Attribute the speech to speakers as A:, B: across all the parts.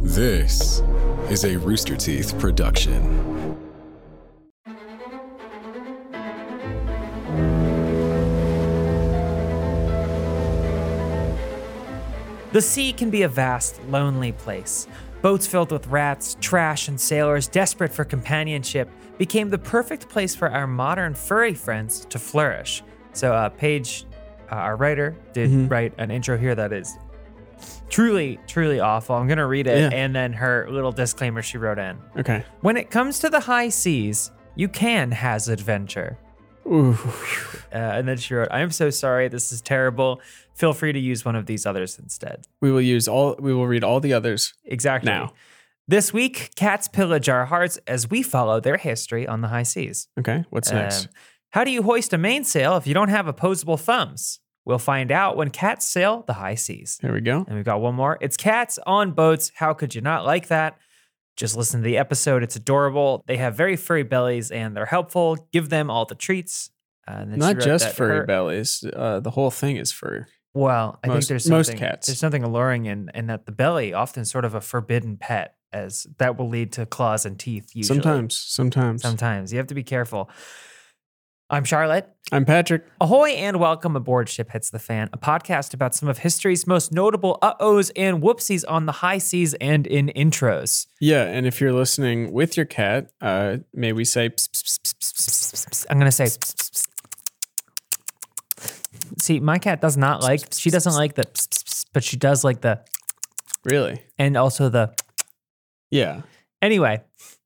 A: This is a Rooster Teeth production.
B: The sea can be a vast, lonely place. Boats filled with rats, trash, and sailors desperate for companionship became the perfect place for our modern furry friends to flourish. So, uh, Paige, uh, our writer, did write an intro here that is truly, truly awful. I'm going to read it
C: Yeah.
B: and then her little disclaimer she wrote in.
C: Okay.
B: When it comes to the high seas, you can has adventure.
C: Ooh.
B: Uh, and then she wrote, I am so sorry. This is terrible. Feel free to use one of these others instead.
C: We will use all. We will read all the others.
B: Exactly.
C: Now.
B: This week, cats pillage our hearts as we follow their history on the high seas.
C: Okay. What's next?
B: Um, how do you hoist a mainsail if you don't have opposable thumbs? We'll find out when cats sail the high seas.
C: There we go.
B: And we've got one more. It's cats on boats. How could you not like that? Just listen to the episode. It's adorable. They have very furry bellies and they're helpful. Give them all the treats. Uh, and then she
C: Not
B: wrote
C: just
B: that
C: furry
B: her-
C: bellies. Uh, the whole thing is fur.
B: Well, I think
C: Most-
B: there's
C: most
B: something,
C: cats.
B: There's something alluring in, in that the belly often sort of a forbidden pet, as that will lead to claws and teeth. Usually,
C: Sometimes. Sometimes.
B: sometimes you have to be careful. I'm Charlotte.
C: I'm Patrick.
B: Ahoy and welcome aboard Ship Hits the Fan, a podcast about some of history's most notable uh ohs and whoopsies on the high seas and in intros.
C: Yeah, and if you're listening with your cat, uh, may we say "Psst, psst, psst."
B: I'm gonna say. See, my cat does not like. She doesn't like the, but she does like the,
C: really?
B: and also the.
C: Yeah.
B: Anyway,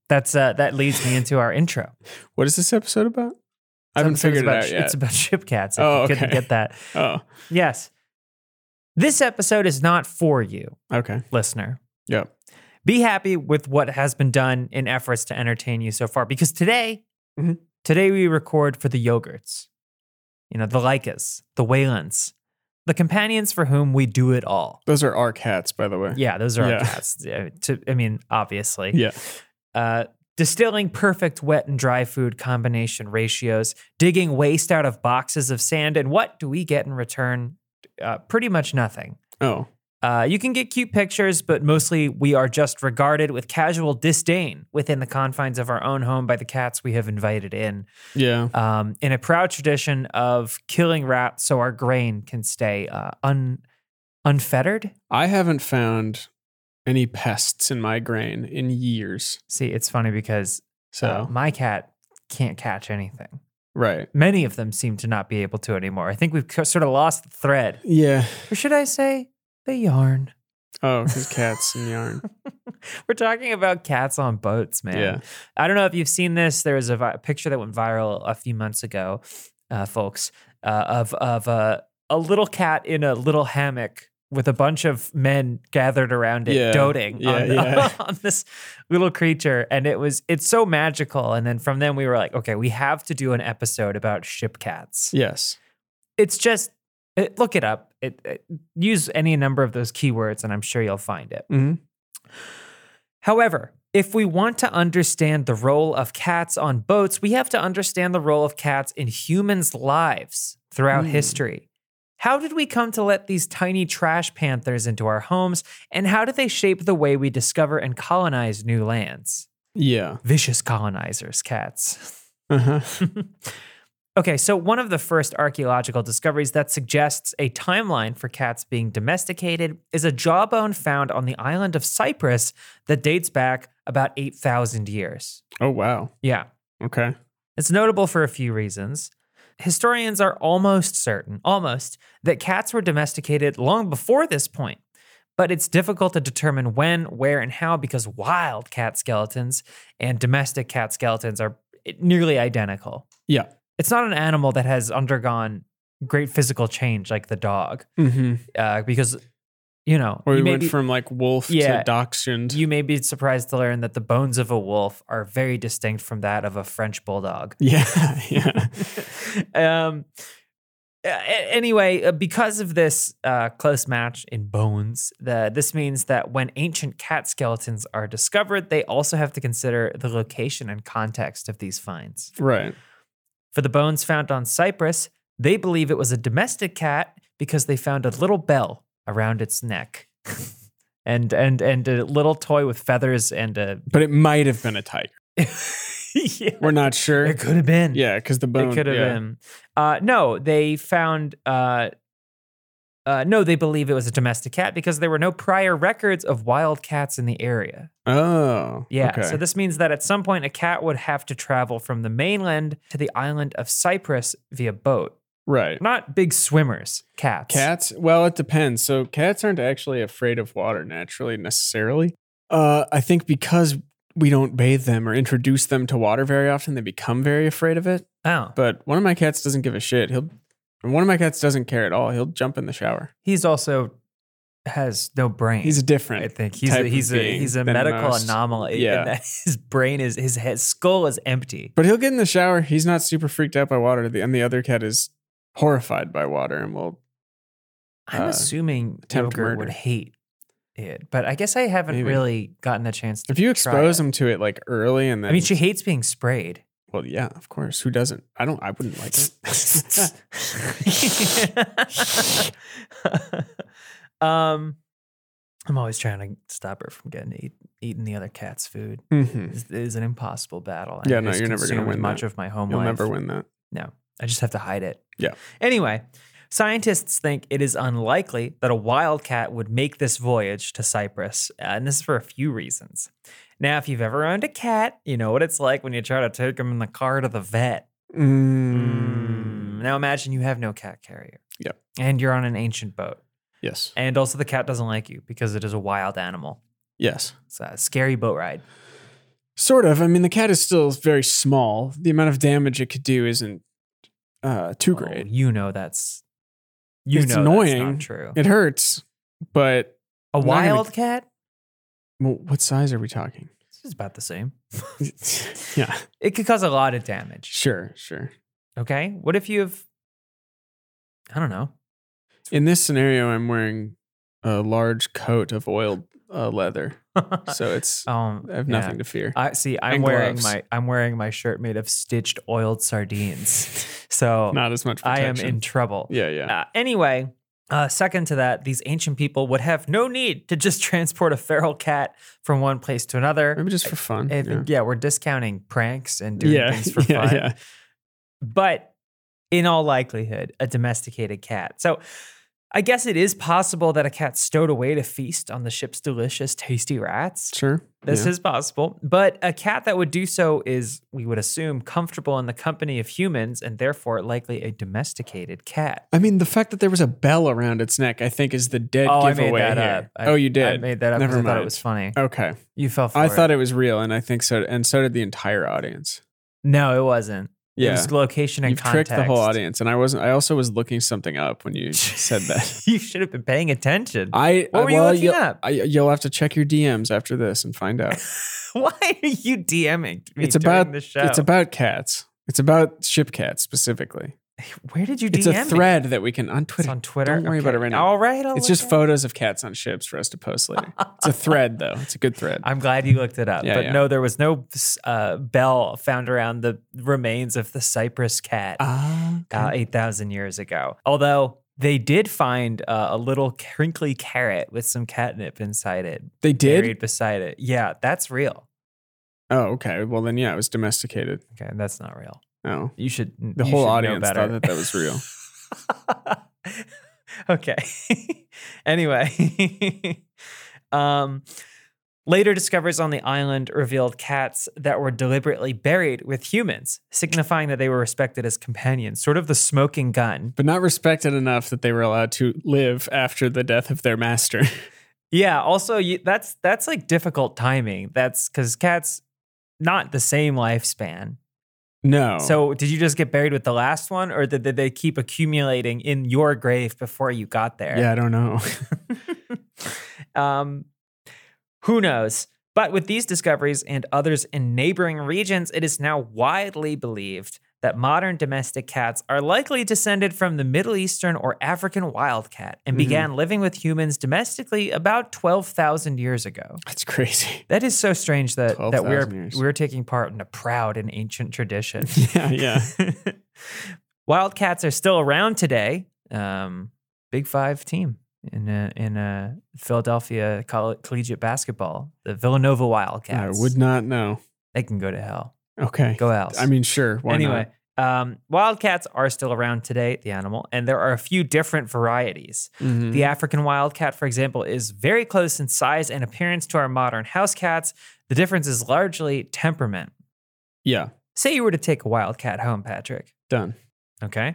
B: that's uh, that leads me into our intro.
C: What is this episode about? I
B: Some
C: haven't
B: episode's
C: figured it
B: about,
C: out
B: sh-
C: yet.
B: It's about ship cats. If
C: Oh,
B: you couldn't
C: okay.
B: get that.
C: oh,
B: Yes. This episode is not for you,
C: okay.
B: listener.
C: Yep.
B: Be happy with what has been done in efforts to entertain you so far because today,
C: Mhm.
B: today we record for the yogurts, you know, the Lycas, the Waylands, the companions for whom we do it all.
C: Those are our cats, by the way.
B: Yeah, those are our
C: Yeah.
B: cats. Yeah, to- I mean, obviously.
C: Yeah.
B: uh, distilling perfect wet and dry food combination ratios, digging waste out of boxes of sand, and what do we get in return? Uh, pretty much nothing.
C: Oh,
B: Uh, you can get cute pictures, but mostly we are just regarded with casual disdain within the confines of our own home by the cats we have invited in.
C: yeah.
B: Um, in a proud tradition of killing rats so our grain can stay uh, un- unfettered.
C: I haven't found any pests in my grain in years.
B: See, it's funny because
C: So,
B: uh, my cat can't catch anything.
C: right.
B: many of them seem to not be able to anymore. I think we've co- sort of lost the thread,
C: Yeah.
B: or should I say, the yarn.
C: Oh, because cats and yarn.
B: We're talking about cats on boats, man.
C: Yeah.
B: I don't know if you've seen this. There was a vi- picture that went viral a few months ago, uh, folks, uh, of of uh, a little cat in a little hammock with a bunch of men gathered around it,
C: Yeah.
B: doting
C: Yeah,
B: on,
C: yeah.
B: on this little creature, and it was it's so magical. And then from then we were like, okay, we have to do an episode about ship cats.
C: Yes.
B: it's just it, look it up. It, it- use any number of those keywords, and I'm sure you'll find it.
C: Mm-hmm.
B: However, if we want to understand the role of cats on boats, we have to understand the role of cats in humans' lives throughout
C: Mm.
B: history. How did we come to let these tiny trash panthers into our homes, and how do they shape the way we discover and colonize new lands?
C: Yeah.
B: Vicious colonizers, cats.
C: Uh-huh.
B: Okay, so one of the first archaeological discoveries that suggests a timeline for cats being domesticated is a jawbone found on the island of Cyprus that dates back about 8,000 years.
C: Oh, wow.
B: Yeah.
C: Okay.
B: It's notable for a few reasons. Historians are almost certain, almost, that cats were domesticated long before this point, but it's difficult to determine when, where, and how because wild cat skeletons and domestic cat skeletons are nearly identical
C: Yeah.
B: it's not an animal that has undergone great physical change like the dog
C: Mm-hmm.
B: uh, because you know
C: Or we
B: you, may
C: went
B: be,
C: from like wolf
B: Yeah.
C: to dachshund.
B: you may be surprised to learn that the bones of a wolf are very distinct from that of a french bulldog
C: yeah. Yeah.
B: um a- a- anyway uh, because of this uh, close match in bones the, this means that when ancient cat skeletons are discovered they also have to consider the location and context of these finds
C: right.
B: For the bones found on Cyprus, they believe it was a domestic cat because they found a little bell around its neck. and and and a little toy with feathers and a
C: But it might have been a tiger.
B: yeah.
C: We're not sure.
B: It could have been.
C: Yeah, because the bone.
B: it could have
C: yeah.
B: been. Uh, no, they found. Uh, uh, no, they believe it was a domestic cat because there were no prior records of wild cats in the area.
C: Oh.
B: Yeah.
C: Okay.
B: So this means that at some point a cat would have to travel from the mainland to the island of Cyprus via boat.
C: right.
B: Not big swimmers, cats.
C: Cats? Well, it depends. So cats aren't actually afraid of water naturally necessarily. Uh, I think because we don't bathe them or introduce them to water very often, they become very afraid of it.
B: Oh,
C: But one of my cats doesn't give a shit. He'll one of my cats doesn't care at all. He'll jump in the shower.
B: he's also has no brain.
C: He's different.
B: I think he's
C: type
B: a,
C: of
B: he's a
C: being
B: he's a
C: than
B: medical
C: most.
B: anomaly.
C: Yeah.
B: And that his brain is his head, skull is empty.
C: But he'll get in the shower. He's not super freaked out by water. The- And the other cat is horrified by water and will.
B: I'm
C: Uh,
B: assuming
C: attempt
B: Yogurt would
C: murder.
B: hate it, but I guess I haven't
C: Maybe.
B: really gotten the chance to.
C: If you
B: try
C: expose
B: it.
C: him to it like early and then.
B: I mean, she hates being sprayed.
C: Well, yeah, of course. Who doesn't? I don't. I wouldn't like it. uh,
B: um, I'm always trying to stop her from getting to eat, eating the other cat's food.
C: Mhm.
B: It's, it is an impossible battle. and
C: Yeah,
B: it
C: no,
B: has
C: you're never gonna
B: consumed
C: win
B: much
C: that.
B: of my home
C: You'll
B: life.
C: never win that.
B: No, I just have to hide it.
C: Yeah.
B: Anyway, scientists think it is unlikely that a wildcat would make this voyage to Cyprus, and this is for a few reasons. Now, if you've ever owned a cat, you know what it's like when you try to take them in the car to the vet. Mm, Now, imagine you have no cat carrier.
C: Yep.
B: And you're on an ancient boat.
C: Yes.
B: And also, the cat doesn't like you because it is a wild animal.
C: Yes.
B: It's a scary boat ride.
C: Sort of. I mean, the cat is still very small. The amount of damage it could do isn't uh, too
B: Oh,
C: great.
B: you know that's. You
C: It's
B: know that's
C: annoying.
B: not true.
C: It hurts, but
B: a
C: I'm not gonna-
B: wildcat?
C: well, what size are we talking?
B: It's just about the same.
C: yeah.
B: It could cause a lot of damage.
C: Sure. Sure.
B: Okay. What if you have, I don't know.
C: In this scenario, I'm wearing a large coat of oiled uh, leather, so it's
B: um,
C: I have
B: yeah.
C: nothing to fear.
B: I see. I'm
C: and
B: wearing
C: gloves.
B: my I'm wearing my shirt made of stitched oiled sardines, so
C: Not as much.
B: I am
C: protection.
B: in trouble.
C: Yeah. Yeah.
B: Uh, anyway, uh, second to that, these ancient people would have no need to just transport a feral cat from one place to another.
C: Maybe just for fun.
B: I think, yeah. we're discounting pranks and doing things for fun. but in all likelihood, a domesticated cat. So I guess it is possible that a cat stowed away to feast on the ship's delicious, tasty rats.
C: Sure.
B: This is possible, but a cat that would do so is, we would assume, comfortable in the company of humans and therefore likely a domesticated cat.
C: I mean, the fact that there was a bell around its neck, I think, is the dead
B: oh, I made
C: giveaway
B: that
C: here.
B: up. I-
C: oh, you did.
B: I made that up
C: Never
B: because I thought
C: mind.
B: it was funny.
C: Okay,
B: You fell for
C: I
B: it.
C: thought it was real, and I think so, and so did the entire audience.
B: No, it wasn't. It
C: Yeah,
B: was location and
C: you
B: context.
C: tricked the whole audience, and I wasn't. I also was looking something up when you said that.
B: you should have been paying attention.
C: I
B: What were you
C: well,
B: looking
C: you'll-
B: up?
C: I, you'll have to check your DMs after this and find out.
B: Why are you DMing me
C: it's
B: during
C: about
B: the show?
C: it's about cats. It's about ship cats specifically.
B: Where did you DM
C: It's a
B: me?
C: thread that we can on
B: It's
C: Twitter.
B: on Twitter.
C: Don't worry about it right now.
B: All right, I'll
C: It's
B: look
C: just
B: it up.
C: photos of cats on ships for us to post later. it's a thread, though. It's a good thread.
B: I'm glad you looked it up,
C: Yeah,
B: but
C: yeah.
B: no, there was no uh, bell found around the remains of the Cypress cat
C: Ah,
B: uh, eight thousand years ago. Although they did find uh, a little crinkly carrot with some catnip inside it,
C: they did.
B: buried beside it. Yeah, that's real.
C: Oh, okay. Well, then, yeah, it was domesticated.
B: Okay, that's not real.
C: Oh,
B: You should.
C: the
B: you
C: whole
B: should know
C: audience
B: better.
C: thought that that was real.
B: okay. anyway, um, later discoveries on the island revealed cats that were deliberately buried with humans, signifying that they were respected as companions, sort of the smoking gun.
C: but not respected enough that they were allowed to live after the death of their master.
B: Yeah. Also, you, that's that's like difficult timing. That's because cats not the same lifespan.
C: no.
B: So, did you just get buried with the last one, or did, did they keep accumulating in your grave before you got there?
C: yeah, I don't know.
B: um, who knows? But with these discoveries and others in neighboring regions, it is now widely believed that modern domestic cats are likely descended from the Middle Eastern or African wildcat and
C: Mhm.
B: began living with humans domestically about 12,000 years ago.
C: That's crazy.
B: That is so strange that, that
C: 12,000
B: we're,
C: years.
B: we're taking part in a proud and ancient tradition.
C: Yeah, yeah.
B: Wildcats are still around today. Um, big five team in a, in a Philadelphia coll- collegiate basketball, the Villanova Wildcats.
C: I would not know.
B: They can go to hell.
C: Okay.
B: Go else.
C: I mean, sure. Why
B: anyway, um, wildcats are still around today, the animal, and there are a few different varieties.
C: not? Mhm.
B: The African wildcat, for example, is very close in size and appearance to our modern house cats. The difference is largely temperament.
C: yeah.
B: Say you were to take a wildcat home, Patrick.
C: Done.
B: Okay.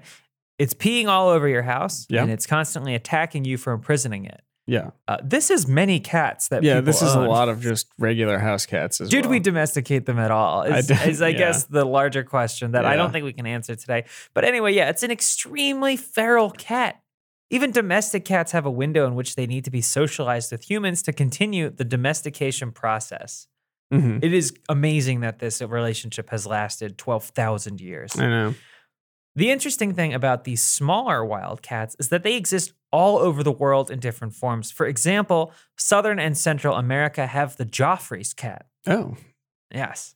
B: It's peeing all over your house
C: Yeah.
B: and it's constantly attacking you for imprisoning it.
C: Yeah.
B: Uh, this is many cats that
C: Yeah.
B: people
C: This is
B: own.
C: a lot of just regular house cats. As
B: Did
C: well.
B: we domesticate them at all?
C: I
B: Is,
C: don't-
B: is, I
C: yeah.
B: guess, the larger question that I
C: Yeah.
B: don't think we can answer today. But anyway, yeah, it's an extremely feral cat. Even domestic cats have a window in which they need to be socialized with humans to continue the domestication process.
C: Mhm.
B: It is amazing that this relationship has lasted 12,000 years.
C: I know.
B: The interesting thing about these smaller wildcats is that they exist all over the world in different forms. For example, Southern and Central America have the Joffrey's cat.
C: Oh.
B: Yes.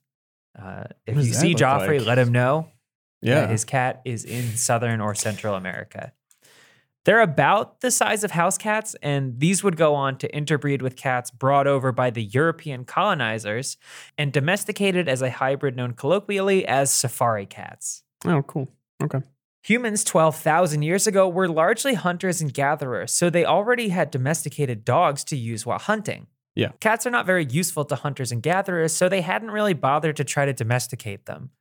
B: Uh, if
C: does
B: you
C: that
B: see
C: look
B: Joffrey,
C: like?
B: let him know
C: Yeah.
B: that his cat is in Southern or Central America. They're about the size of house cats, and these would go on to interbreed with cats brought over by the European colonizers and domesticated as a hybrid known colloquially as safari cats.
C: oh, cool. Okay.
B: Humans 12,000 years ago were largely hunters and gatherers, so they already had domesticated dogs to use while hunting.
C: Yeah.
B: Cats are not very useful to hunters and gatherers, so they hadn't really bothered to try to domesticate them.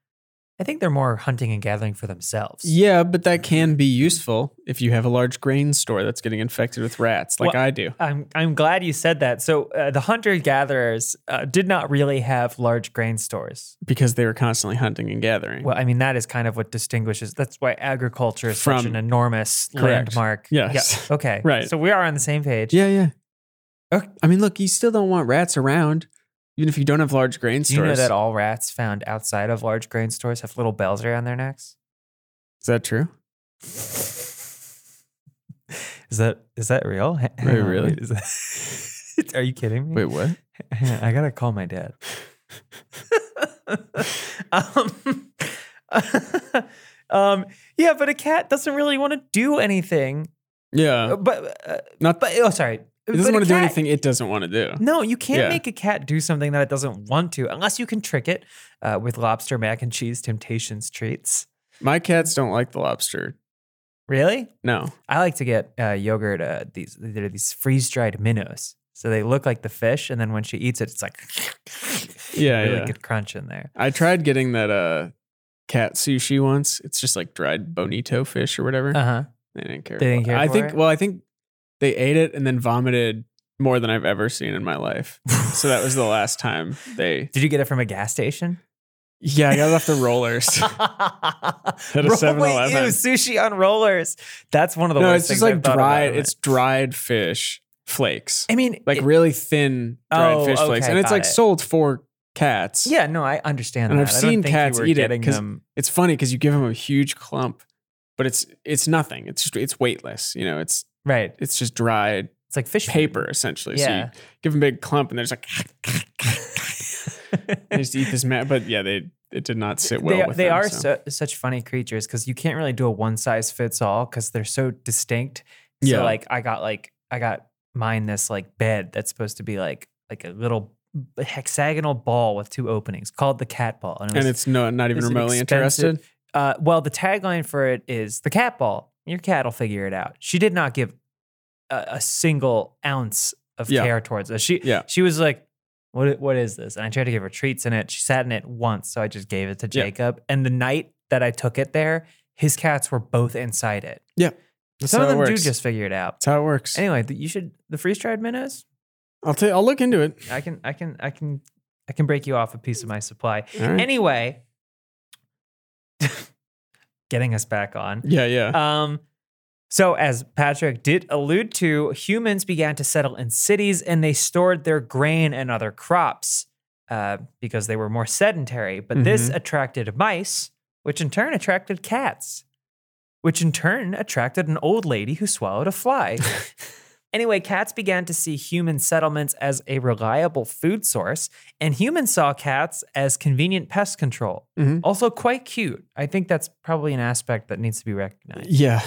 B: I think they're more hunting and gathering for themselves.
C: Yeah, but that can be useful if you have a large grain store that's getting infected with rats, like
B: Well-
C: I do.
B: I'm, I'm glad you said that. So, uh, the hunter gatherers uh, did not really have large grain stores.
C: because they were constantly hunting and gathering.
B: Well, I mean, that is kind of what distinguishes. That's why agriculture is such
C: From-
B: an enormous
C: Correct.
B: landmark.
C: Yes.
B: Yeah. Okay.
C: Right.
B: So, we are on the same page.
C: yeah, yeah.
B: Okay.
C: I mean, look, you still don't want rats around, even if you don't have large grain
B: Do
C: stores.
B: you know that all rats found outside of large grain stores have little bells around their necks?
C: Is that true?
B: Is that is that real? H- hang
C: Wait,
B: on,
C: really?
B: wait, is that- are you kidding me?
C: Wait, what?
B: Hang on, I gotta call my dad. um, um, yeah, but a cat doesn't really want to do anything.
C: Yeah.
B: But uh,
C: Not
B: but oh, sorry.
C: it doesn't
B: But a
C: want to do
B: cat- Mm.
C: anything it doesn't want to do.
B: No, you can't
C: Yeah.
B: make a cat do something that it doesn't want to, unless you can trick it uh, with lobster mac and cheese temptations treats.
C: My cats don't like the lobster.
B: Really?
C: No.
B: I like to get uh, yogurt. Uh, these they're these freeze dried minnows, so they look like the fish, and then when she eats it, it's like
C: Yeah,
B: really
C: yeah.
B: good crunch in there.
C: I tried getting that uh cat sushi once. It's just like dried bonito fish or whatever.
B: Uh huh.
C: They didn't care.
B: They didn't
C: for it.
B: care
C: I
B: for
C: think.
B: it?
C: Well, I think they ate it and then vomited more than I've ever seen in my life. so that was the last time they.
B: Did you get it from a gas station?
C: Yeah, I got it off the rollers.
B: Roll- Wait, ew,
C: 7-Eleven.
B: sushi on rollers. That's one of the
C: no,
B: worst things
C: it's just like
B: I've thought about
C: dried.
B: in a
C: It's
B: minute.
C: dried fish flakes,
B: I mean,
C: like
B: it-
C: really thin dried
B: Oh,
C: fish flakes,
B: okay,
C: and it's
B: got
C: like
B: it.
C: sold for cats.
B: yeah, no, I understand.
C: And
B: that.
C: I've
B: I don't
C: seen
B: think you
C: cats
B: were
C: eat it
B: getting
C: 'cause
B: them.
C: it's funny because you give them a huge clump, but it's it's nothing. It's just it's weightless. You know, it's
B: Right,
C: it's just dried
B: it's like fish food.
C: paper essentially. So
B: Yeah.
C: you give them a big clump, and they're just like. they just eat this mat. But yeah, they it did not sit well
B: they,
C: with
B: they
C: them,
B: are
C: so.
B: su- such funny creatures because you can't really do a one size fits all because they're so distinct. So
C: Yeah.
B: like I got like I got mine this like bed that's supposed to be like like a little hexagonal ball with two openings called the cat ball. it
C: and
B: was-
C: it's no, not even
B: it's an
C: remotely
B: expensive-
C: interested.
B: uh, well the tagline for it is the cat ball. Your cat will figure it out. She did not give a, a single ounce of
C: Yeah.
B: care towards us. She
C: Yeah.
B: she was like. What, i- what is this? And I tried to give her treats in it. She sat in it once, so I just gave it to
C: Yeah.
B: Jacob. And the night that I took it there, his cats were both inside it.
C: That's
B: Some
C: how
B: of them
C: it
B: do
C: works.
B: just figure it out.
C: That's how it works.
B: Anyway, th- you should the freeze dried minnows.
C: I'll tell. I'll look into it.
B: I can I can I can I can break you off a piece of my supply.
C: All right.
B: Anyway, getting us back on.
C: yeah, yeah.
B: Um, so, as Patrick did allude to, humans began to settle in cities and they stored their grain and other crops uh, because they were more sedentary. But this attracted mice, which in turn attracted cats, which in turn attracted an old lady who swallowed a fly. Anyway, cats began to see human settlements as a reliable food source, and humans saw cats as convenient pest control.
C: Mhm.
B: Also, quite cute. I think that's probably an aspect that needs to be recognized.
C: yeah.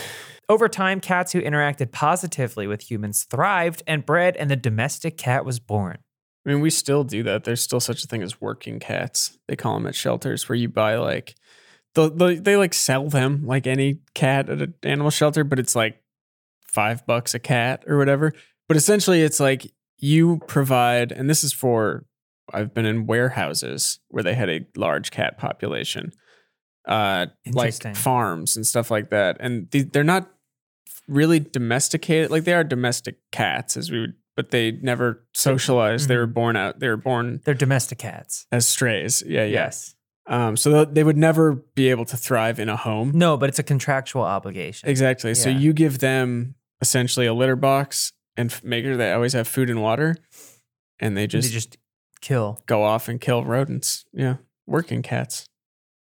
B: Over time, cats who interacted positively with humans thrived and bred, and the domestic cat was born.
C: I mean, we still do that. There's still such a thing as working cats. They call them at shelters where you buy like the, the they like sell them like any cat at an animal shelter, but it's like five bucks a cat or whatever. But essentially, it's like you provide, and this is for I've been in warehouses where they had a large cat population, uh,
B: Interesting.
C: like farms and stuff like that. And the, they're not really domesticated. Like they are domestic cats, as we would, but they never socialized. They were
B: Mm-hmm.
C: born out. They were born
B: They're domestic cats.
C: as strays. Yeah, yeah. Um, so th- they would never be able to thrive in a home.
B: No, but it's a contractual obligation.
C: Exactly. So
B: Yeah.
C: you give them essentially a litter box and f- make sure they always have food and water, and they just
B: they just kill.
C: go off and kill rodents. Yeah, working cats.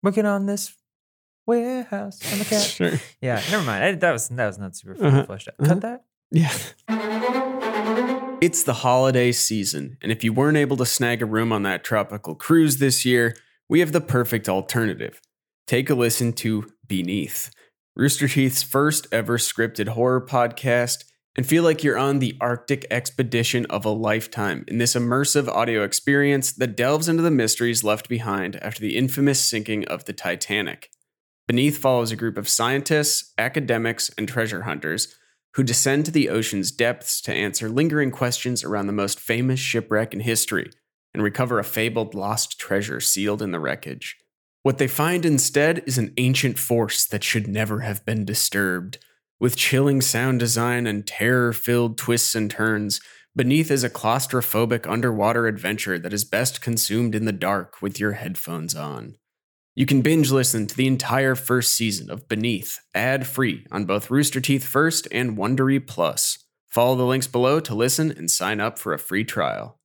B: Working on this warehouse. I'm a cat.
C: Sure.
B: yeah, never mind. I, that was that was not super
C: Uh-huh.
B: fleshed out.
C: Uh-huh.
B: Cut that.
C: Yeah.
D: It's the holiday season, and if you weren't able to snag a room on that tropical cruise this year, we have the perfect alternative. Take a listen to Beneath, Rooster Teeth's first ever scripted horror podcast, and feel like you're on the Arctic expedition of a lifetime in this immersive audio experience that delves into the mysteries left behind after the infamous sinking of the Titanic. Beneath follows a group of scientists, academics, and treasure hunters who descend to the ocean's depths to answer lingering questions around the most famous shipwreck in history and recover a fabled lost treasure sealed in the wreckage. What they find instead is an ancient force that should never have been disturbed. With chilling sound design and terror filled twists and turns, Beneath is a claustrophobic underwater adventure that is best consumed in the dark with your headphones on. You can binge listen to the entire first season of Beneath ad free on both Rooster Teeth First and Wondery Plus. Follow the links below to listen and sign up for a free trial.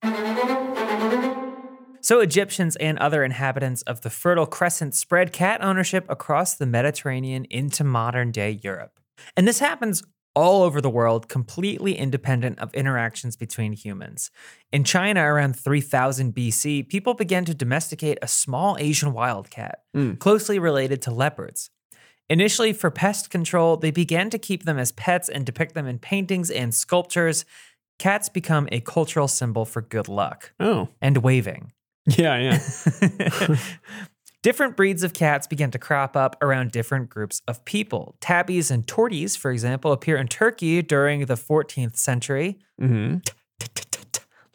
B: So Egyptians and other inhabitants of the Fertile Crescent spread cat ownership across the Mediterranean into modern day Europe. And this happens all over the world, completely independent of interactions between humans. In China, around 3000 BC, people began to domesticate a small Asian wildcat, closely related to leopards. Initially, for pest control, they began to keep them as pets and depict them in paintings and sculptures. Cats become a cultural symbol for good luck
C: Oh.
B: and waving.
C: Yeah. Yeah.
B: different breeds of cats began to crop up around different groups of people. Tabbies and torties, for example, appear in Turkey during the 14th century.
C: mm-hmm.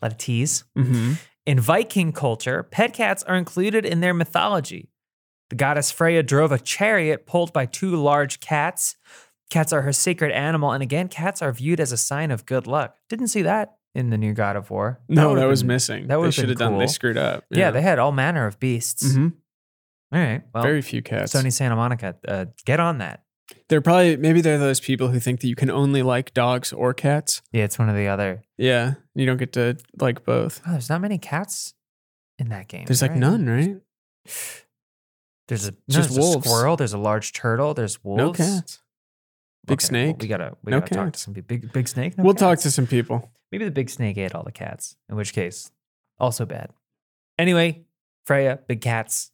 B: Lot of teas.
C: Mm-hmm.
B: In Viking culture, pet cats are included in their mythology. The goddess Freya drove a chariot pulled by two large cats. Cats are her sacred animal, and again, cats are viewed as a sign of good luck. Didn't see that in the new God of War.
C: No, that,
B: would've
C: was
B: been-
C: missing.
B: that
C: That they
B: would've
C: should have
B: been
C: done. They
B: cool.
C: screwed up.
B: Yeah, they had all manner of beasts.
C: Mhm.
B: All right. Well,
C: Very few cats.
B: Sony Santa Monica, uh, get on that.
C: They're probably maybe they're those people who think that you can only like dogs or cats.
B: Yeah, it's one or the other.
C: Yeah, you don't get to like both.
B: Oh, there's not many cats in that game.
C: There's like
B: All right.
C: none, right?
B: There's a, no,
C: Just
B: there's a
C: wolves.
B: squirrel. There's a large turtle. There's wolves.
C: No cats. Big
B: Okay, well,
C: snake.
B: we gotta we
C: No
B: gotta talk to
C: cats.
B: some peop- big big snake. no
C: we'll talk
B: cats.
C: to some people.
B: maybe the big snake ate all the cats. In which case, also bad. Anyway, Freya, big cats,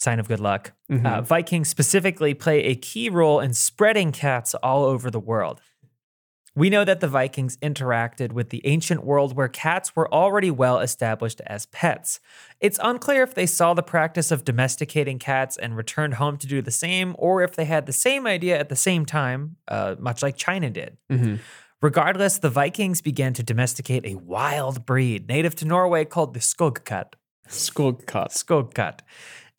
B: sign of good luck.
C: Mhm.
B: Uh, Vikings specifically play a key role in spreading cats all over the world. We know that the Vikings interacted with the ancient world where cats were already well established as pets. It's unclear if they saw the practice of domesticating cats and returned home to do the same, or if they had the same idea at the same time, uh, much like China did.
C: Mhm.
B: Regardless, the Vikings began to domesticate a wild breed native to Norway called the skogkat.
C: School cops.
B: Skogkat.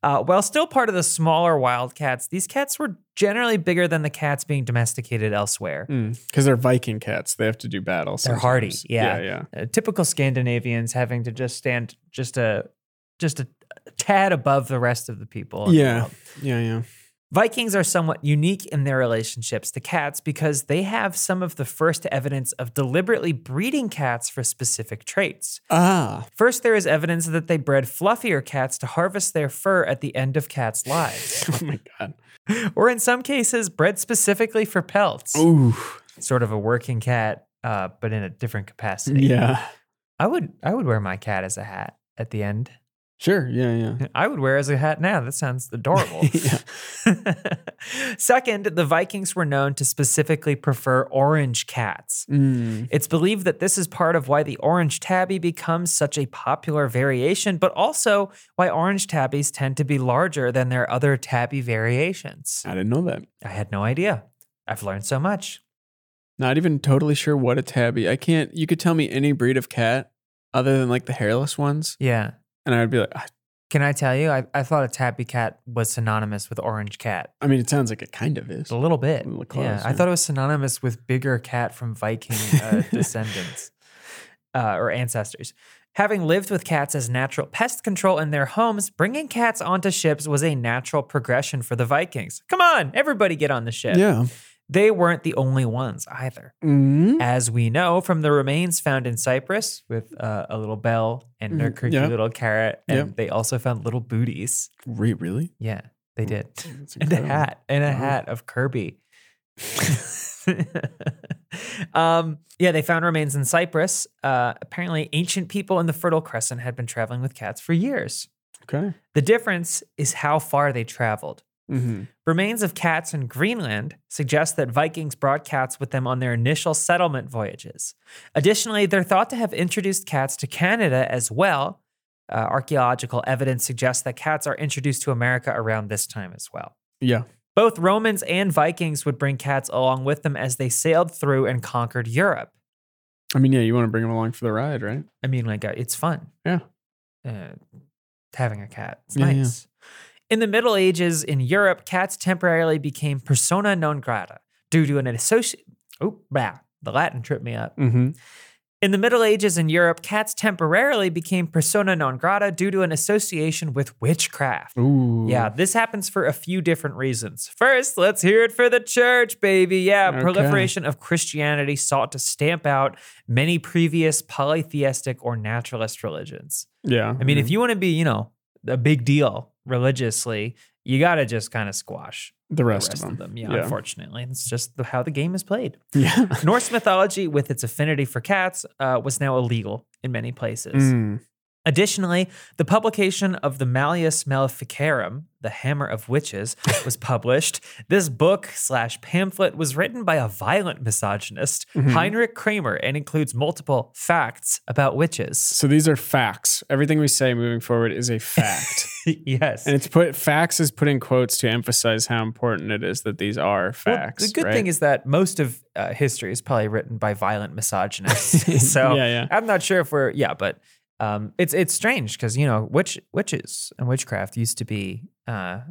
B: Uh, while still part of the smaller wildcats, these cats were generally bigger than the cats being domesticated elsewhere.
C: Because they're Viking cats. They have to do battles.
B: Mm. They're hardy, yeah.
C: Yeah, yeah.
B: Uh, typical Scandinavians having to just stand just a just a tad above the rest of the people. in the
C: Yeah.
B: world.
C: Yeah, yeah.
B: Vikings are somewhat unique in their relationships to cats because they have some of the first evidence of deliberately breeding cats for specific traits.
C: Ah.
B: First, there is evidence that they bred fluffier cats to harvest their fur at the end of cats' lives.
C: Oh my god.
B: or in some cases bred specifically for pelts.
C: Ooh.
B: Sort of a working cat, uh, but in a different capacity.
C: Yeah.
B: I would I would wear my cat as a hat at the end.
C: Sure. Yeah. Yeah.
B: I would wear as a hat now. That sounds adorable. Second, the Vikings were known to specifically prefer orange cats.
C: Mm.
B: It's believed that this is part of why the orange tabby becomes such a popular variation, but also why orange tabbies tend to be larger than their other tabby variations.
C: I didn't know that.
B: I had no idea. I've learned so much.
C: Not even totally sure what a tabby. I can't. You could tell me any breed of cat other than like the hairless ones,
B: Yeah.
C: and I would be like, "Ah," I,
B: Can I tell you? I, I thought a tabby cat was synonymous with orange cat.
C: I mean, it sounds like it kind of is.
B: A little bit.
C: A little
B: yeah,
C: close,
B: I
C: yeah.
B: thought it was synonymous with bigger cat from Viking uh, descendants uh, or ancestors. Having lived with cats as natural pest control in their homes, bringing cats onto ships was a natural progression for the Vikings. Come on, everybody get on the ship.
C: Yeah.
B: They weren't the only ones either.
C: Mm.
B: As we know from the remains found in Cyprus with uh, a little bell and a
C: Mhm,
B: creaky
C: yeah.
B: little carrot, and
C: Yeah.
B: they also found little booties.
C: Re- really?
B: Yeah, they did.
C: That's
B: And a
C: incredible.
B: hat. And a
C: Wow.
B: hat of Kirby. um, yeah, they found remains in Cyprus. Uh, apparently, ancient people in the Fertile Crescent had been traveling with cats for years.
C: Okay.
B: The difference is how far they traveled.
C: Mm-hmm.
B: Remains of cats in Greenland suggest that Vikings brought cats with them on their initial settlement voyages. Additionally, they're thought to have introduced cats to Canada as well. Uh, archaeological evidence suggests that cats are introduced to America around this time as well.
C: Yeah.
B: Both Romans and Vikings would bring cats along with them as they sailed through and conquered Europe.
C: I mean, yeah, you want to bring them along for the ride, right?
B: I mean, like, uh, it's fun.
C: Yeah.
B: Uh, having a cat. It's
C: Yeah, yeah.
B: nice. In the Middle Ages in Europe, cats temporarily became persona non grata due to an associate. Oh, bah, the Latin tripped me up.
C: Mm-hmm.
B: In the Middle Ages in Europe, cats temporarily became persona non grata due to an association with witchcraft.
C: Ooh.
B: Yeah, this happens for a few different reasons. First, let's hear it for the church, baby. Yeah,
C: Okay.
B: proliferation of Christianity sought to stamp out many previous polytheistic or naturalist religions.
C: Yeah.
B: I mean, if you want to be, you know, a big deal religiously, you got to just kind of squash
C: the
B: the
C: rest,
B: rest of them. Yeah,
C: Yeah.
B: unfortunately. It's just the, how the game is played.
C: Yeah.
B: Norse mythology, with its affinity for cats, uh, was now illegal in many places.
C: Mm.
B: Additionally, the publication of the Malleus Maleficarum, the Hammer of Witches, was published. This book slash pamphlet was written by a violent misogynist,
C: Mhm.
B: Heinrich Kramer, and includes multiple facts about witches.
C: So these are facts. Everything we say moving forward is a fact.
B: yes.
C: and it's put facts is put in quotes to emphasize how important it is that these are
B: Well,
C: facts.
B: the good
C: right?
B: thing is that most of uh, history is probably written by violent misogynists. so
C: yeah, yeah.
B: I'm not sure if we're yeah, but um, it's it's strange because you know witch witches and witchcraft used to be uh,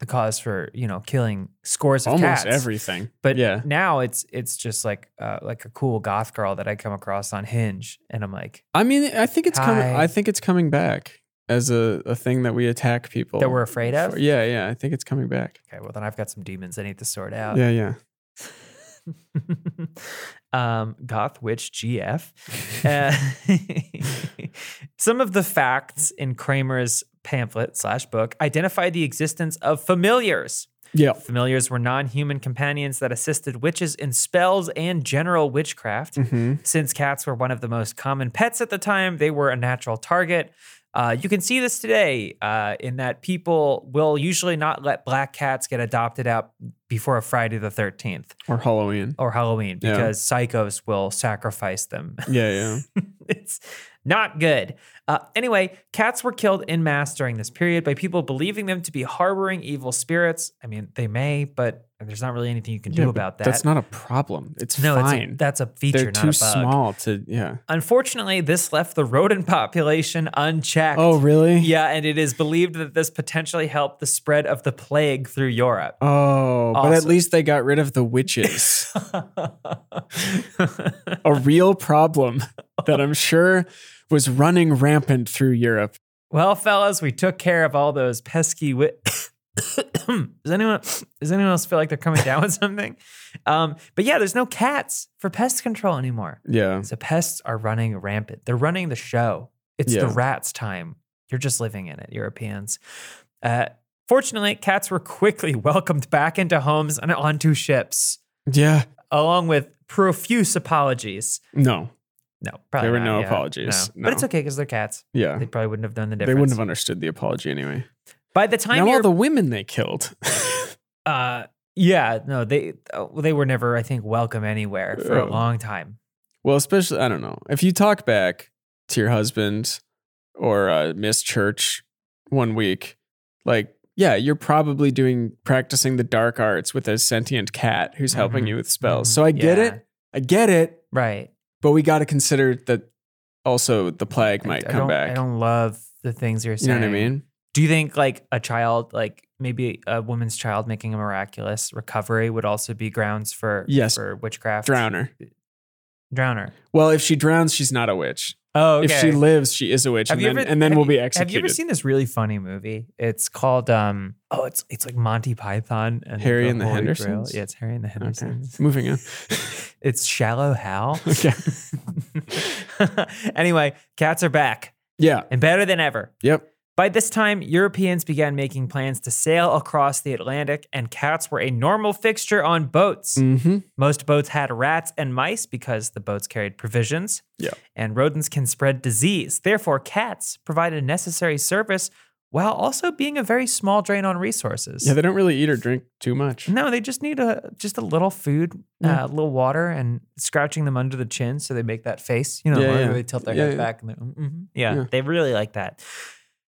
B: the cause for you know killing scores of
C: Almost
B: cats.
C: everything.
B: but
C: yeah.
B: now it's it's just like uh, like a cool goth girl that I come across on Hinge, and I'm like
C: I mean, I think it's coming.
B: Hi.
C: I think it's coming back as a, a thing that we attack people
B: that we're afraid of.
C: for. Yeah, yeah. I think it's coming back.
B: Okay, well then I've got some demons I need to sort out.
C: Yeah, yeah.
B: um, Goth Witch GF. Uh, some of the facts in Kramer's pamphlet slash book identify the existence of familiars.
C: Yeah.
B: Familiars were non human companions that assisted witches in spells and general witchcraft.
C: Mm-hmm.
B: Since cats were one of the most common pets at the time, they were a natural target. Uh, you can see this today uh, in that people will usually not let black cats get adopted out before a Friday the 13th
C: Or Halloween.
B: or Halloween
C: Yeah.
B: because psychos will sacrifice them.
C: Yeah, yeah.
B: it's not good. Uh, anyway, cats were killed in mass during this period by people believing them to be harboring evil spirits. I mean, they may, but there's not really anything you can do
C: Yeah, but
B: about that.
C: That's not a problem. It's
B: no, it's a-
C: fine.
B: that's a feature,
C: They're
B: not
C: too
B: a bug.
C: small to. Yeah.
B: Unfortunately, this left the rodent population unchecked.
C: Oh, really?
B: Yeah, and it is believed that this potentially helped the spread of the plague through Europe.
C: Oh, but at
B: Awesome.
C: least they got rid of the witches. a real problem that I'm sure was running rampant through Europe.
B: Well, fellas, we took care of all those pesky wit. does anyone does anyone else feel like they're coming down with something? Um, but yeah, there's no cats for pest control anymore.
C: Yeah.
B: So pests are running rampant. They're running the show. It's the
C: Yeah.
B: rats' time. You're just living in it, Europeans. Uh, fortunately, cats were quickly welcomed back into homes and onto ships,
C: Yeah.
B: along with profuse apologies.
C: No.
B: No, probably
C: There were
B: not,
C: no
B: yeah.
C: apologies,
B: But it's
C: no.
B: okay because they're cats.
C: Yeah.
B: They probably wouldn't have done the
C: They
B: difference.
C: wouldn't have understood the apology anyway.
B: By the time
C: now all
B: you're,
C: the women they killed.
B: uh, yeah, no, they uh, they were never, I think, welcome anywhere for a
C: Oh.
B: long time.
C: well, especially I don't know. If you talk back to your husband or uh, Miss Church one week, like yeah, you're probably doing practicing the dark arts with a sentient cat who's helping
B: Mhm.
C: you with spells.
B: Mhm.
C: So I get
B: Yeah.
C: it. I get it.
B: Right.
C: But we got to consider that also the plague
B: I-
C: might
B: I
C: come
B: don't-
C: back.
B: I don't love the things you're
C: you
B: saying.
C: know what I mean?
B: Do you think like a child, like maybe a woman's child making a miraculous recovery would also be grounds for
C: Yes.
B: for witchcraft?
C: Drown her.
B: Drowner.
C: Well, if she drowns, she's not a witch.
B: Oh,
C: If she lives, she is a witch, and then, and then
B: have
C: we'll be
B: you- Have you
C: executed.
B: ever seen this really funny movie? It's called um oh it's it's like Monty Python and
C: Harry
B: the
C: and the
B: Holy Grail.
C: Hendersons?
B: Yeah, it's Harry and the
C: Okay,
B: Hendersons.
C: moving on.
B: It's Shallow Hal.
C: Okay.
B: anyway, cats are back
C: Yeah.
B: and better than ever.
C: Yep.
B: By this time, Europeans began making plans to sail across the Atlantic, and cats were a normal fixture on boats.
C: Mm-hmm.
B: Most boats had rats and mice because the boats carried provisions.
C: Yeah.
B: And rodents can spread disease. Therefore, cats provide a necessary service while also being a very small drain on resources.
C: Yeah, they don't really eat or drink too much.
B: no, they just need a just a little food, uh, a little water, and scratching them under the chin so they make that face. You know,
C: Yeah,
B: where
C: yeah.
B: they tilt their
C: Yeah,
B: head
C: yeah.
B: back and they mm yeah,
C: Yeah.
B: they really like that.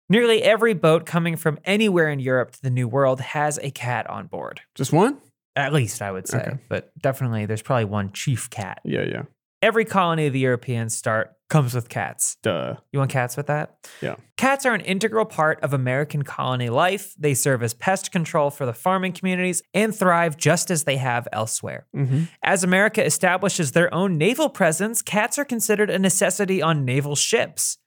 B: Nearly every boat coming from anywhere in Europe to the New World has a cat on board.
C: Just one?
B: At least I would say,
C: Okay.
B: but definitely there's probably one chief cat
C: Yeah, yeah.
B: every colony the Europeans start comes with cats.
C: Duh.
B: You want cats with that?
C: Yeah.
B: Cats are an integral part of American colony life. They serve as pest control for the farming communities and thrive just as they have elsewhere. As America establishes their own naval presence, cats are considered a necessity on naval ships.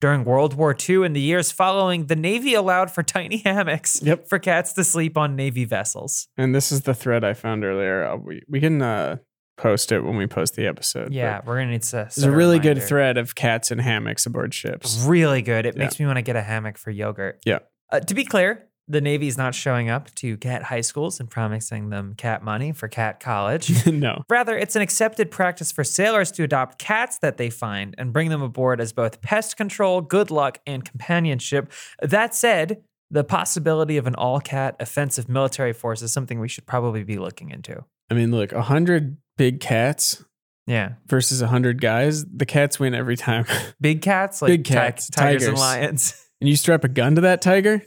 B: During World War II and the years following, the Navy allowed for tiny hammocks
C: Yep.
B: for cats to sleep on Navy vessels.
C: And this is the thread I found earlier. Uh, we we can uh, post it when we post the episode. but
B: Yeah, we're gonna need to.
C: There's a really good thread of cats and hammocks aboard ships.
B: really good. It
C: Yeah.
B: makes me want to get a hammock for yogurt.
C: Yeah.
B: Uh, to be clear, the Navy's not showing up to cat high schools and promising them cat money for cat college.
C: no.
B: Rather, it's an accepted practice for sailors to adopt cats that they find and bring them aboard as both pest control, good luck, and companionship. That said, the possibility of an all cat offensive military force is something we should probably be looking into.
C: I mean, look, 100 big cats
B: Yeah.
C: versus 100 guys, the cats win every time.
B: Big cats, like
C: Big
B: ti-
C: cats,
B: tigers, and
C: tigers.
B: lions.
C: and you strap a gun to that tiger?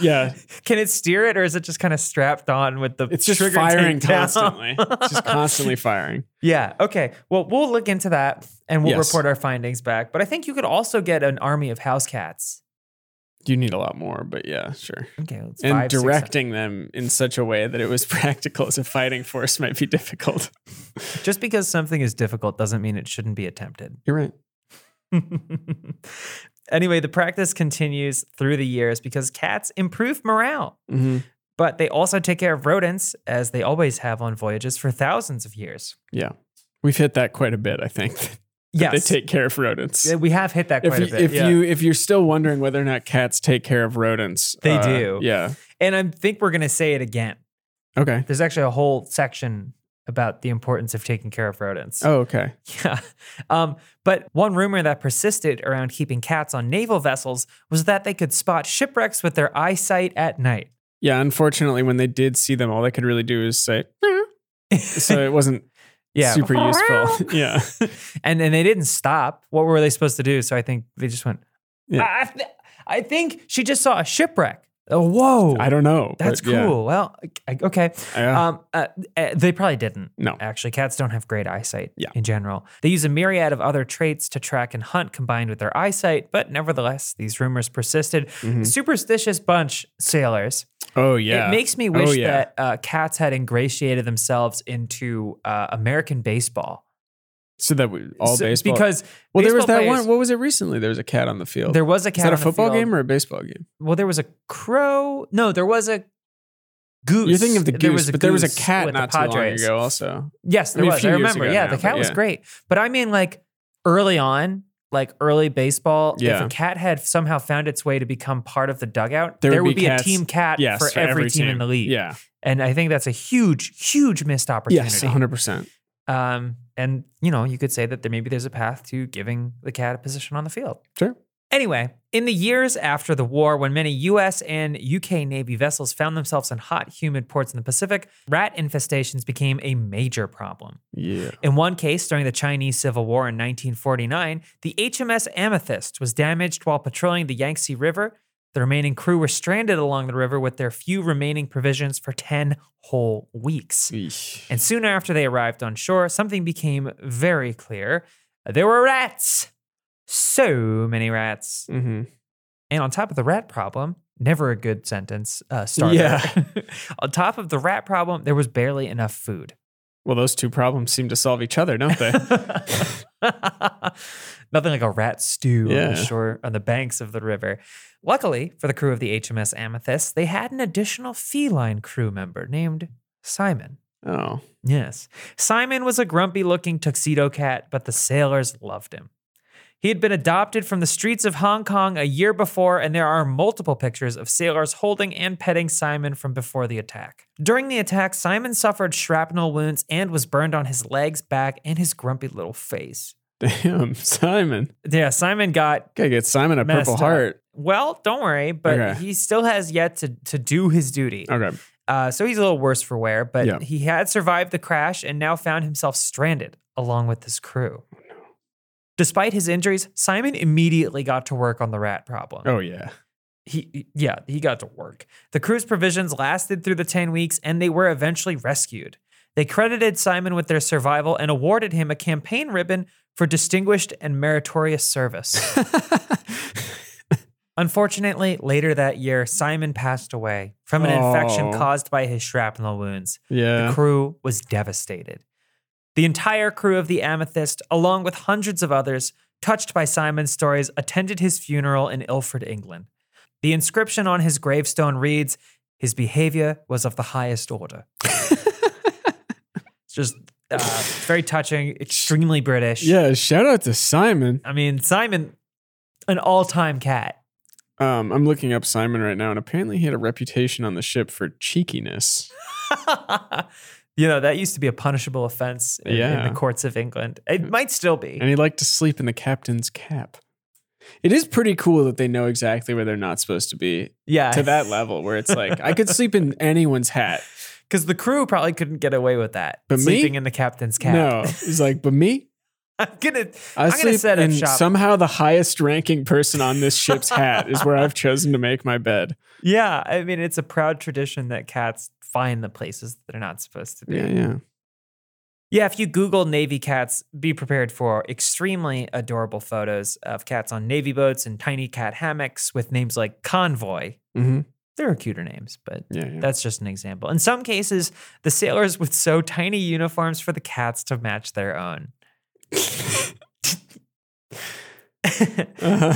C: Yeah.
B: Can it steer it, or is it just kind of strapped on with the?
C: It's just
B: trigger
C: firing
B: tanked down?
C: constantly. it's just constantly firing.
B: yeah. Okay. Well, we'll look into that and we'll
C: Yes.
B: report our findings back. But I think you could also get an army of house cats.
C: You need a lot more, but yeah, sure.
B: Okay. It's
C: and
B: five, six,
C: directing them in such a way that it was practical as a fighting force might be difficult.
B: seven. just because something is difficult doesn't mean it shouldn't be attempted.
C: You're right.
B: anyway, the practice continues through the years because cats improve morale.
C: Mm-hmm.
B: But they also take care of rodents, as they always have on voyages for thousands of years.
C: Yeah. We've hit that quite a bit, I think. that
B: Yes,
C: They take care of rodents.
B: we have hit that
C: If
B: quite
C: you,
B: a bit.
C: if
B: yeah.
C: you if you're still wondering whether or not cats take care of rodents,
B: They
C: uh,
B: do.
C: Yeah.
B: And I think we're going to say it again.
C: Okay.
B: There's actually a whole section about the importance of taking care of rodents.
C: Oh, okay.
B: Yeah. Um, but one rumor that persisted around keeping cats on naval vessels was that they could spot shipwrecks with their eyesight at night.
C: Yeah. Unfortunately, when they did see them, all they could really do is say, "Meow." so it wasn't
B: Yeah.
C: super useful. yeah.
B: and and they didn't stop. What were they supposed to do? So I think they just went.
C: Yeah.
B: I, I th- I think she just saw a shipwreck. Oh, whoa.
C: I don't know.
B: That's
C: but yeah.
B: cool. Well, I- okay.
C: Yeah.
B: Um, uh, uh, they probably didn't.
C: No.
B: Actually, cats don't have great eyesight
C: Yeah.
B: in general. They use a myriad of other traits to track and hunt combined with their eyesight, but nevertheless, these rumors persisted. Superstitious bunch, sailors.
C: mhm. Oh Hmm. yeah.
B: It makes me wish
C: Oh, yeah.
B: that uh, cats had ingratiated themselves into uh, American baseball.
C: so that we, all
B: So-
C: baseball.
B: Because
C: well, there was
B: baseball
C: that
B: players-
C: one. What was it recently? There was a cat on the field.
B: There was a
C: Is
B: cat.
C: that a
B: on the
C: football
B: field.
C: game or a baseball game?
B: Well, there was a crow. No, there was a goose.
C: You're thinking of the goose,
B: was a
C: but there was a
B: goose
C: cat
B: with the
C: not too long
B: Padres.
C: ago. Also,
B: Yes,
C: I
B: there
C: mean,
B: was.
C: a
B: I
C: few years
B: remember.
C: ago
B: Yeah,
C: now,
B: the
C: but
B: cat was
C: yeah.
B: great. But I mean, like early on, like early baseball, if
C: Yeah.
B: a cat had somehow found its way to become part of the dugout,
C: There
B: there,
C: would
B: would
C: be
B: be, a
C: cats-
B: team cat
C: yes,
B: for, every, team, in the league.
C: Yeah.
B: And I think that's a huge, huge missed opportunity.
C: Yes, 100. percent
B: Um, and you know, you could say that there maybe there's a path to giving the cat a position on the field.
C: Sure.
B: Anyway, in the years after the war, when many US and UK Navy vessels found themselves in hot, humid ports in the Pacific, rat infestations became a major problem.
C: Yeah.
B: In one case, during the Chinese Civil War in 1949, the HMS Amethyst was damaged while patrolling the Yangtze River. The remaining crew were stranded along the river with their few remaining provisions for 10 whole weeks.
C: Eesh.
B: And soon after they arrived on shore, something became very clear. There were rats. So many rats.
C: Mhm.
B: And on top of the rat problem, never a good sentence uh, starter.
C: Yeah.
B: on top of the rat problem, there was barely enough food.
C: Well, those two problems seem to solve each other, don't they?
B: Nothing like a rat stew on
C: Yeah.
B: the shore on the banks of the river. Luckily for the crew of the HMS Amethyst, they had an additional feline crew member named Simon.
C: oh.
B: Yes. Simon was a grumpy looking tuxedo cat, but the sailors loved him. He had been adopted from the streets of Hong Kong a year before, and there are multiple pictures of sailors holding and petting Simon from before the attack. During the attack, Simon suffered shrapnel wounds and was burned on his legs, back, and his grumpy little face.
C: Damn, Simon.
B: Yeah, Simon got
C: Gotta get Simon a
B: messed
C: Purple
B: up.
C: Heart.
B: Well, don't worry, but
C: Okay.
B: he still has yet to, to do his duty.
C: Okay.
B: Uh, so he's a little worse for wear, but
C: Yeah.
B: he had survived the crash and now found himself stranded along with his crew. Despite his injuries, Simon immediately got to work on the rat problem.
C: Oh, yeah.
B: He, yeah, he got to work. The crew's provisions lasted through the 10 weeks and they were eventually rescued. They credited Simon with their survival and awarded him a campaign ribbon for distinguished and meritorious service. Unfortunately, later that year, Simon passed away from an infection
C: Oh.
B: caused by his shrapnel wounds. The
C: yeah.
B: crew was devastated. The entire crew of the Amethyst, along with hundreds of others, touched by Simon's stories, attended his funeral in Ilford, England. The inscription on his gravestone reads, His behavior was of the highest order. it's just uh, very touching, extremely British.
C: yeah. Shout out to Simon.
B: I mean, Simon, an all time cat.
C: Um, I'm looking up Simon right now, and apparently he had a reputation on the ship for cheekiness.
B: you know, that used to be a punishable offense in, in
C: Yeah.
B: the courts of England. It might still be.
C: And he liked to sleep in the captain's cap. It is pretty cool that they know exactly where they're not supposed to be
B: yeah.
C: to that level, where it's like, I could sleep in anyone's hat.
B: Because the crew probably couldn't get away with that.
C: But me?
B: sleeping in the captain's cap.
C: No. He's like, but me?
B: I'm gonna
C: I
B: I'm
C: sleep
B: gonna set up
C: in
B: shop.
C: somehow the highest ranking person on this ship's hat is where I've chosen to make my bed.
B: yeah, I mean it's a proud tradition that cats find the places they're not supposed to be.
C: Yeah, yeah.
B: Yeah, if you Google Navy cats, be prepared for extremely adorable photos of cats on Navy boats and tiny cat hammocks with names like Convoy.
C: Mm-hmm.
B: There are cuter names, but
C: Yeah, yeah.
B: that's just an example. In some cases, the sailors would sew tiny uniforms for the cats to match their own.
C: Uh-huh.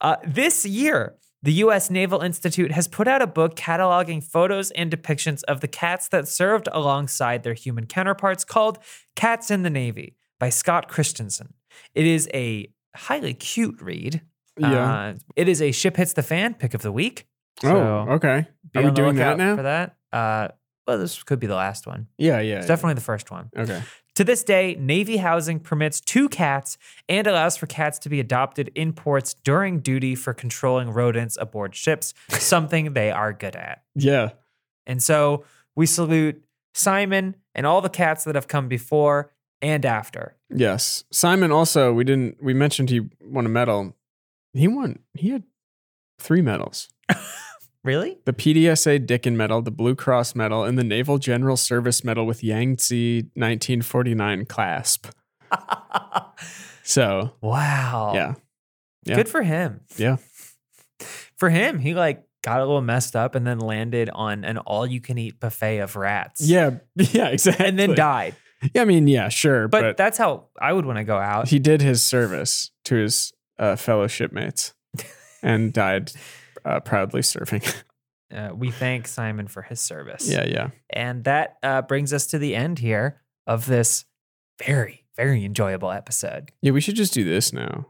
B: Uh, this year, the U.S. Naval Institute has put out a book cataloging photos and depictions of the cats that served alongside their human counterparts called Cats in the Navy by Scott Christensen. It is a highly cute read.
C: yeah.
B: Uh, it is a Ship Hits the Fan pick of the week.
C: oh,
B: so
C: okay.
B: Be
C: Are we
B: on the
C: doing
B: lookout
C: that now?
B: For that. Uh, well, this could be the last one.
C: Yeah, yeah.
B: It's definitely the first one.
C: yeah. Okay.
B: To this day, Navy housing permits two cats and allows for cats to be adopted in ports during duty for controlling rodents aboard ships, something they are good at.
C: Yeah.
B: And so we salute Simon and all the cats that have come before and after.
C: Yes. Simon also, we didn't, we mentioned he won a medal. He won, he had three medals
B: Really?
C: the PDSA Dickin Medal, the Blue Cross Medal, and the Naval General Service Medal with Yangtze 1949 clasp. So,
B: wow.
C: yeah. Yeah.
B: Good for him.
C: Yeah.
B: For him, he like got a little messed up and then landed on an all you can eat buffet of rats.
C: Yeah. Yeah, exactly.
B: And then died.
C: Yeah, I mean, yeah, sure.
B: But,
C: But,
B: that's how I would want to go out.
C: he did his service to his uh, fellow shipmates and died uh, proudly serving.
B: uh, we thank Simon for his service.
C: yeah, yeah.
B: And that uh, brings us to the end here of this very, very enjoyable episode.
C: Yeah, we should just do this now.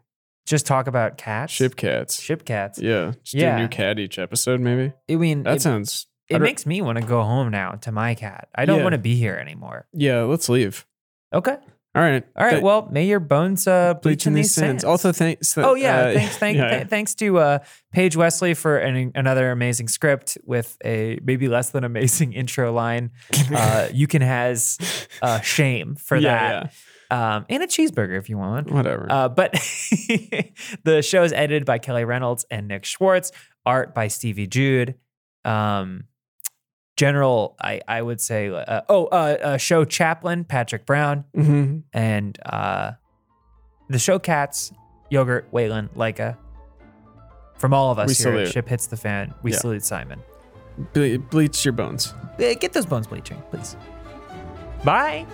B: Just talk about cats.
C: Ship cats.
B: Ship cats.
C: Yeah, just do
B: Yeah.
C: a new cat each episode, maybe.
B: I mean,
C: That
B: it,
C: sounds.
B: it
C: I'd ra-
B: makes me want to go home now to my cat. I don't
C: Yeah.
B: want to be here anymore.
C: yeah, let's leave.
B: Okay.
C: All right.
B: All right.
C: Th-
B: well, may your bones uh, bleach in
C: bleaching
B: these sands.
C: Also, thanks.
B: oh yeah,
C: uh,
B: thanks, thank,
C: yeah.
B: th- thanks to uh, Paige Wesley for an, another amazing script with a maybe less than amazing intro line. Uh, you can has uh, shame for
C: Yeah,
B: that, Um, and a cheeseburger if you want.
C: Whatever.
B: Uh, but the show is edited by Kelly Reynolds and Nick Schwartz, art by Stevie Jude. Um, general, I, I would say, uh, oh, uh, uh, show chaplain, Patrick Brown,
C: hmm
B: and uh, the show cats, Yogurt, Waylon, Leica. From all of us
C: We
B: here, at
C: salute.
B: ship hits the fan. We
C: Yeah.
B: salute Simon.
C: Ble- bleach your bones.
B: Uh, Get those bones bleaching, please. Bye.